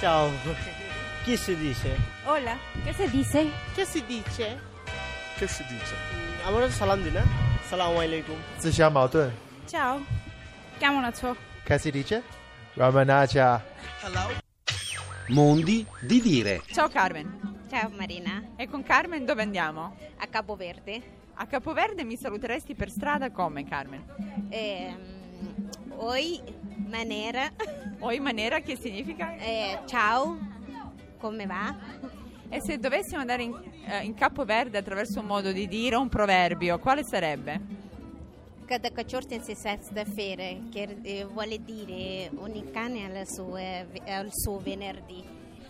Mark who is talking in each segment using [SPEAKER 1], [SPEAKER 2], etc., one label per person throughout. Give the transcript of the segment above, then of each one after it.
[SPEAKER 1] Ciao. Chi si dice?
[SPEAKER 2] Hola, ¿qué se dice?
[SPEAKER 3] Che si dice?
[SPEAKER 1] Che si dice? আমরা সালাম দিই না সালাম আলাইকুম
[SPEAKER 4] 自相矛盾。
[SPEAKER 2] Ciao. Chiamo la ciò.
[SPEAKER 4] Che si dice? Ramanaja.
[SPEAKER 5] Mondi di dire.
[SPEAKER 6] Ciao Carmen.
[SPEAKER 7] Ciao Marina,
[SPEAKER 6] E con Carmen dove andiamo?
[SPEAKER 7] a Capoverde.
[SPEAKER 6] A Capoverde mi saluteresti per strada come Carmen?
[SPEAKER 7] Ehm, oi, Manera,
[SPEAKER 6] O in maniera che significa?
[SPEAKER 7] Eh, ciao, come va?
[SPEAKER 6] E se dovessimo andare in, eh, in Capoverde attraverso un modo di dire, un proverbio, quale sarebbe?
[SPEAKER 7] Cada cacciorte si sesta da fere, che eh, vuole dire ogni cane ha la sua- ha il suo venerdì.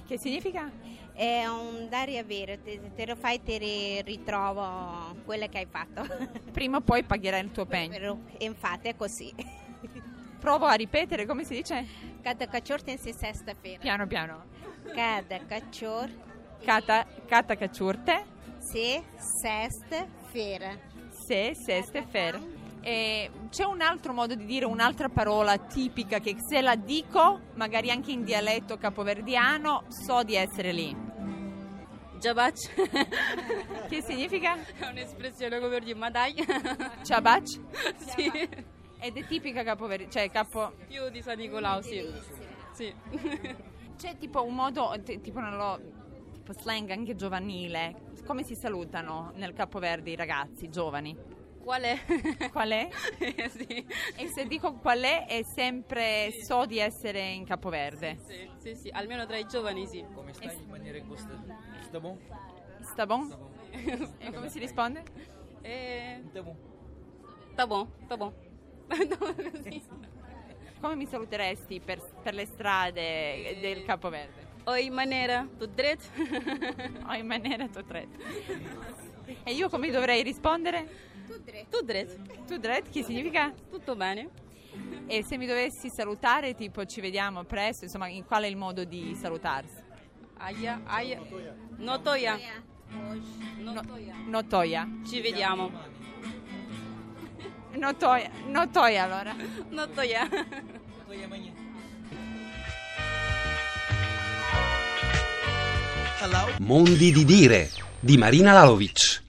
[SPEAKER 6] Che significa?
[SPEAKER 7] È un dare a avere, te, te lo fai te ri- ritrovo quello che hai fatto.
[SPEAKER 6] Prima o poi pagherai il tuo pegno.
[SPEAKER 7] Però, infatti è così.
[SPEAKER 6] Provo a ripetere come si dice?
[SPEAKER 7] Cada cacciorte si sesta da fere.
[SPEAKER 6] Piano piano.
[SPEAKER 7] Cada caccior
[SPEAKER 6] Cata, cata cacciurte,
[SPEAKER 7] si sesta fere.
[SPEAKER 6] se, seste, fer. E c'è un altro modo di dire, un'altra parola tipica che se la dico, magari anche in dialetto capoverdiano, so di essere lì.
[SPEAKER 8] Giabac
[SPEAKER 6] Che significa?
[SPEAKER 8] è un'espressione come per dire ma dai.
[SPEAKER 6] Ciabac?
[SPEAKER 8] sì.
[SPEAKER 6] Ed è tipica capoverdiana, cioè capo...
[SPEAKER 8] Più di San Nicolao, sì. Sì.
[SPEAKER 6] C'è tipo un modo, t- tipo non lo- tipo slang anche giovanile. Come si salutano nel Capoverdi i ragazzi giovani?
[SPEAKER 8] Qual è?
[SPEAKER 6] Qual è?
[SPEAKER 8] Eh, sì.
[SPEAKER 6] E se dico qual è, è sempre so di essere in Capoverde.
[SPEAKER 8] sì. Sì, sì, almeno tra i giovani sì.
[SPEAKER 9] Come stai in maniera gustosa? Sta bom?
[SPEAKER 6] Sta bon? E come si risponde?
[SPEAKER 8] Eh,
[SPEAKER 9] Sta bom.
[SPEAKER 8] Tá bom, tá bom. No, così.
[SPEAKER 6] Come mi saluteresti per, per le strade del Capoverde?
[SPEAKER 8] Oi manera, tu dret?
[SPEAKER 6] Ho Oh, in maniera tu dret. E io come dovrei rispondere?
[SPEAKER 8] tu dret,
[SPEAKER 6] Tu dret, che significa?
[SPEAKER 8] tutto bene?
[SPEAKER 6] E se mi dovessi salutare, tipo ci vediamo presto, insomma, in qual è il modo di salutarsi?
[SPEAKER 8] Aia, aia. Notoia. Notoia.
[SPEAKER 6] Notoia.
[SPEAKER 8] Ci vediamo.
[SPEAKER 6] Notoia, notoia allora.
[SPEAKER 8] Notoia.
[SPEAKER 5] Mondi di dire. Di Marina Lalovic.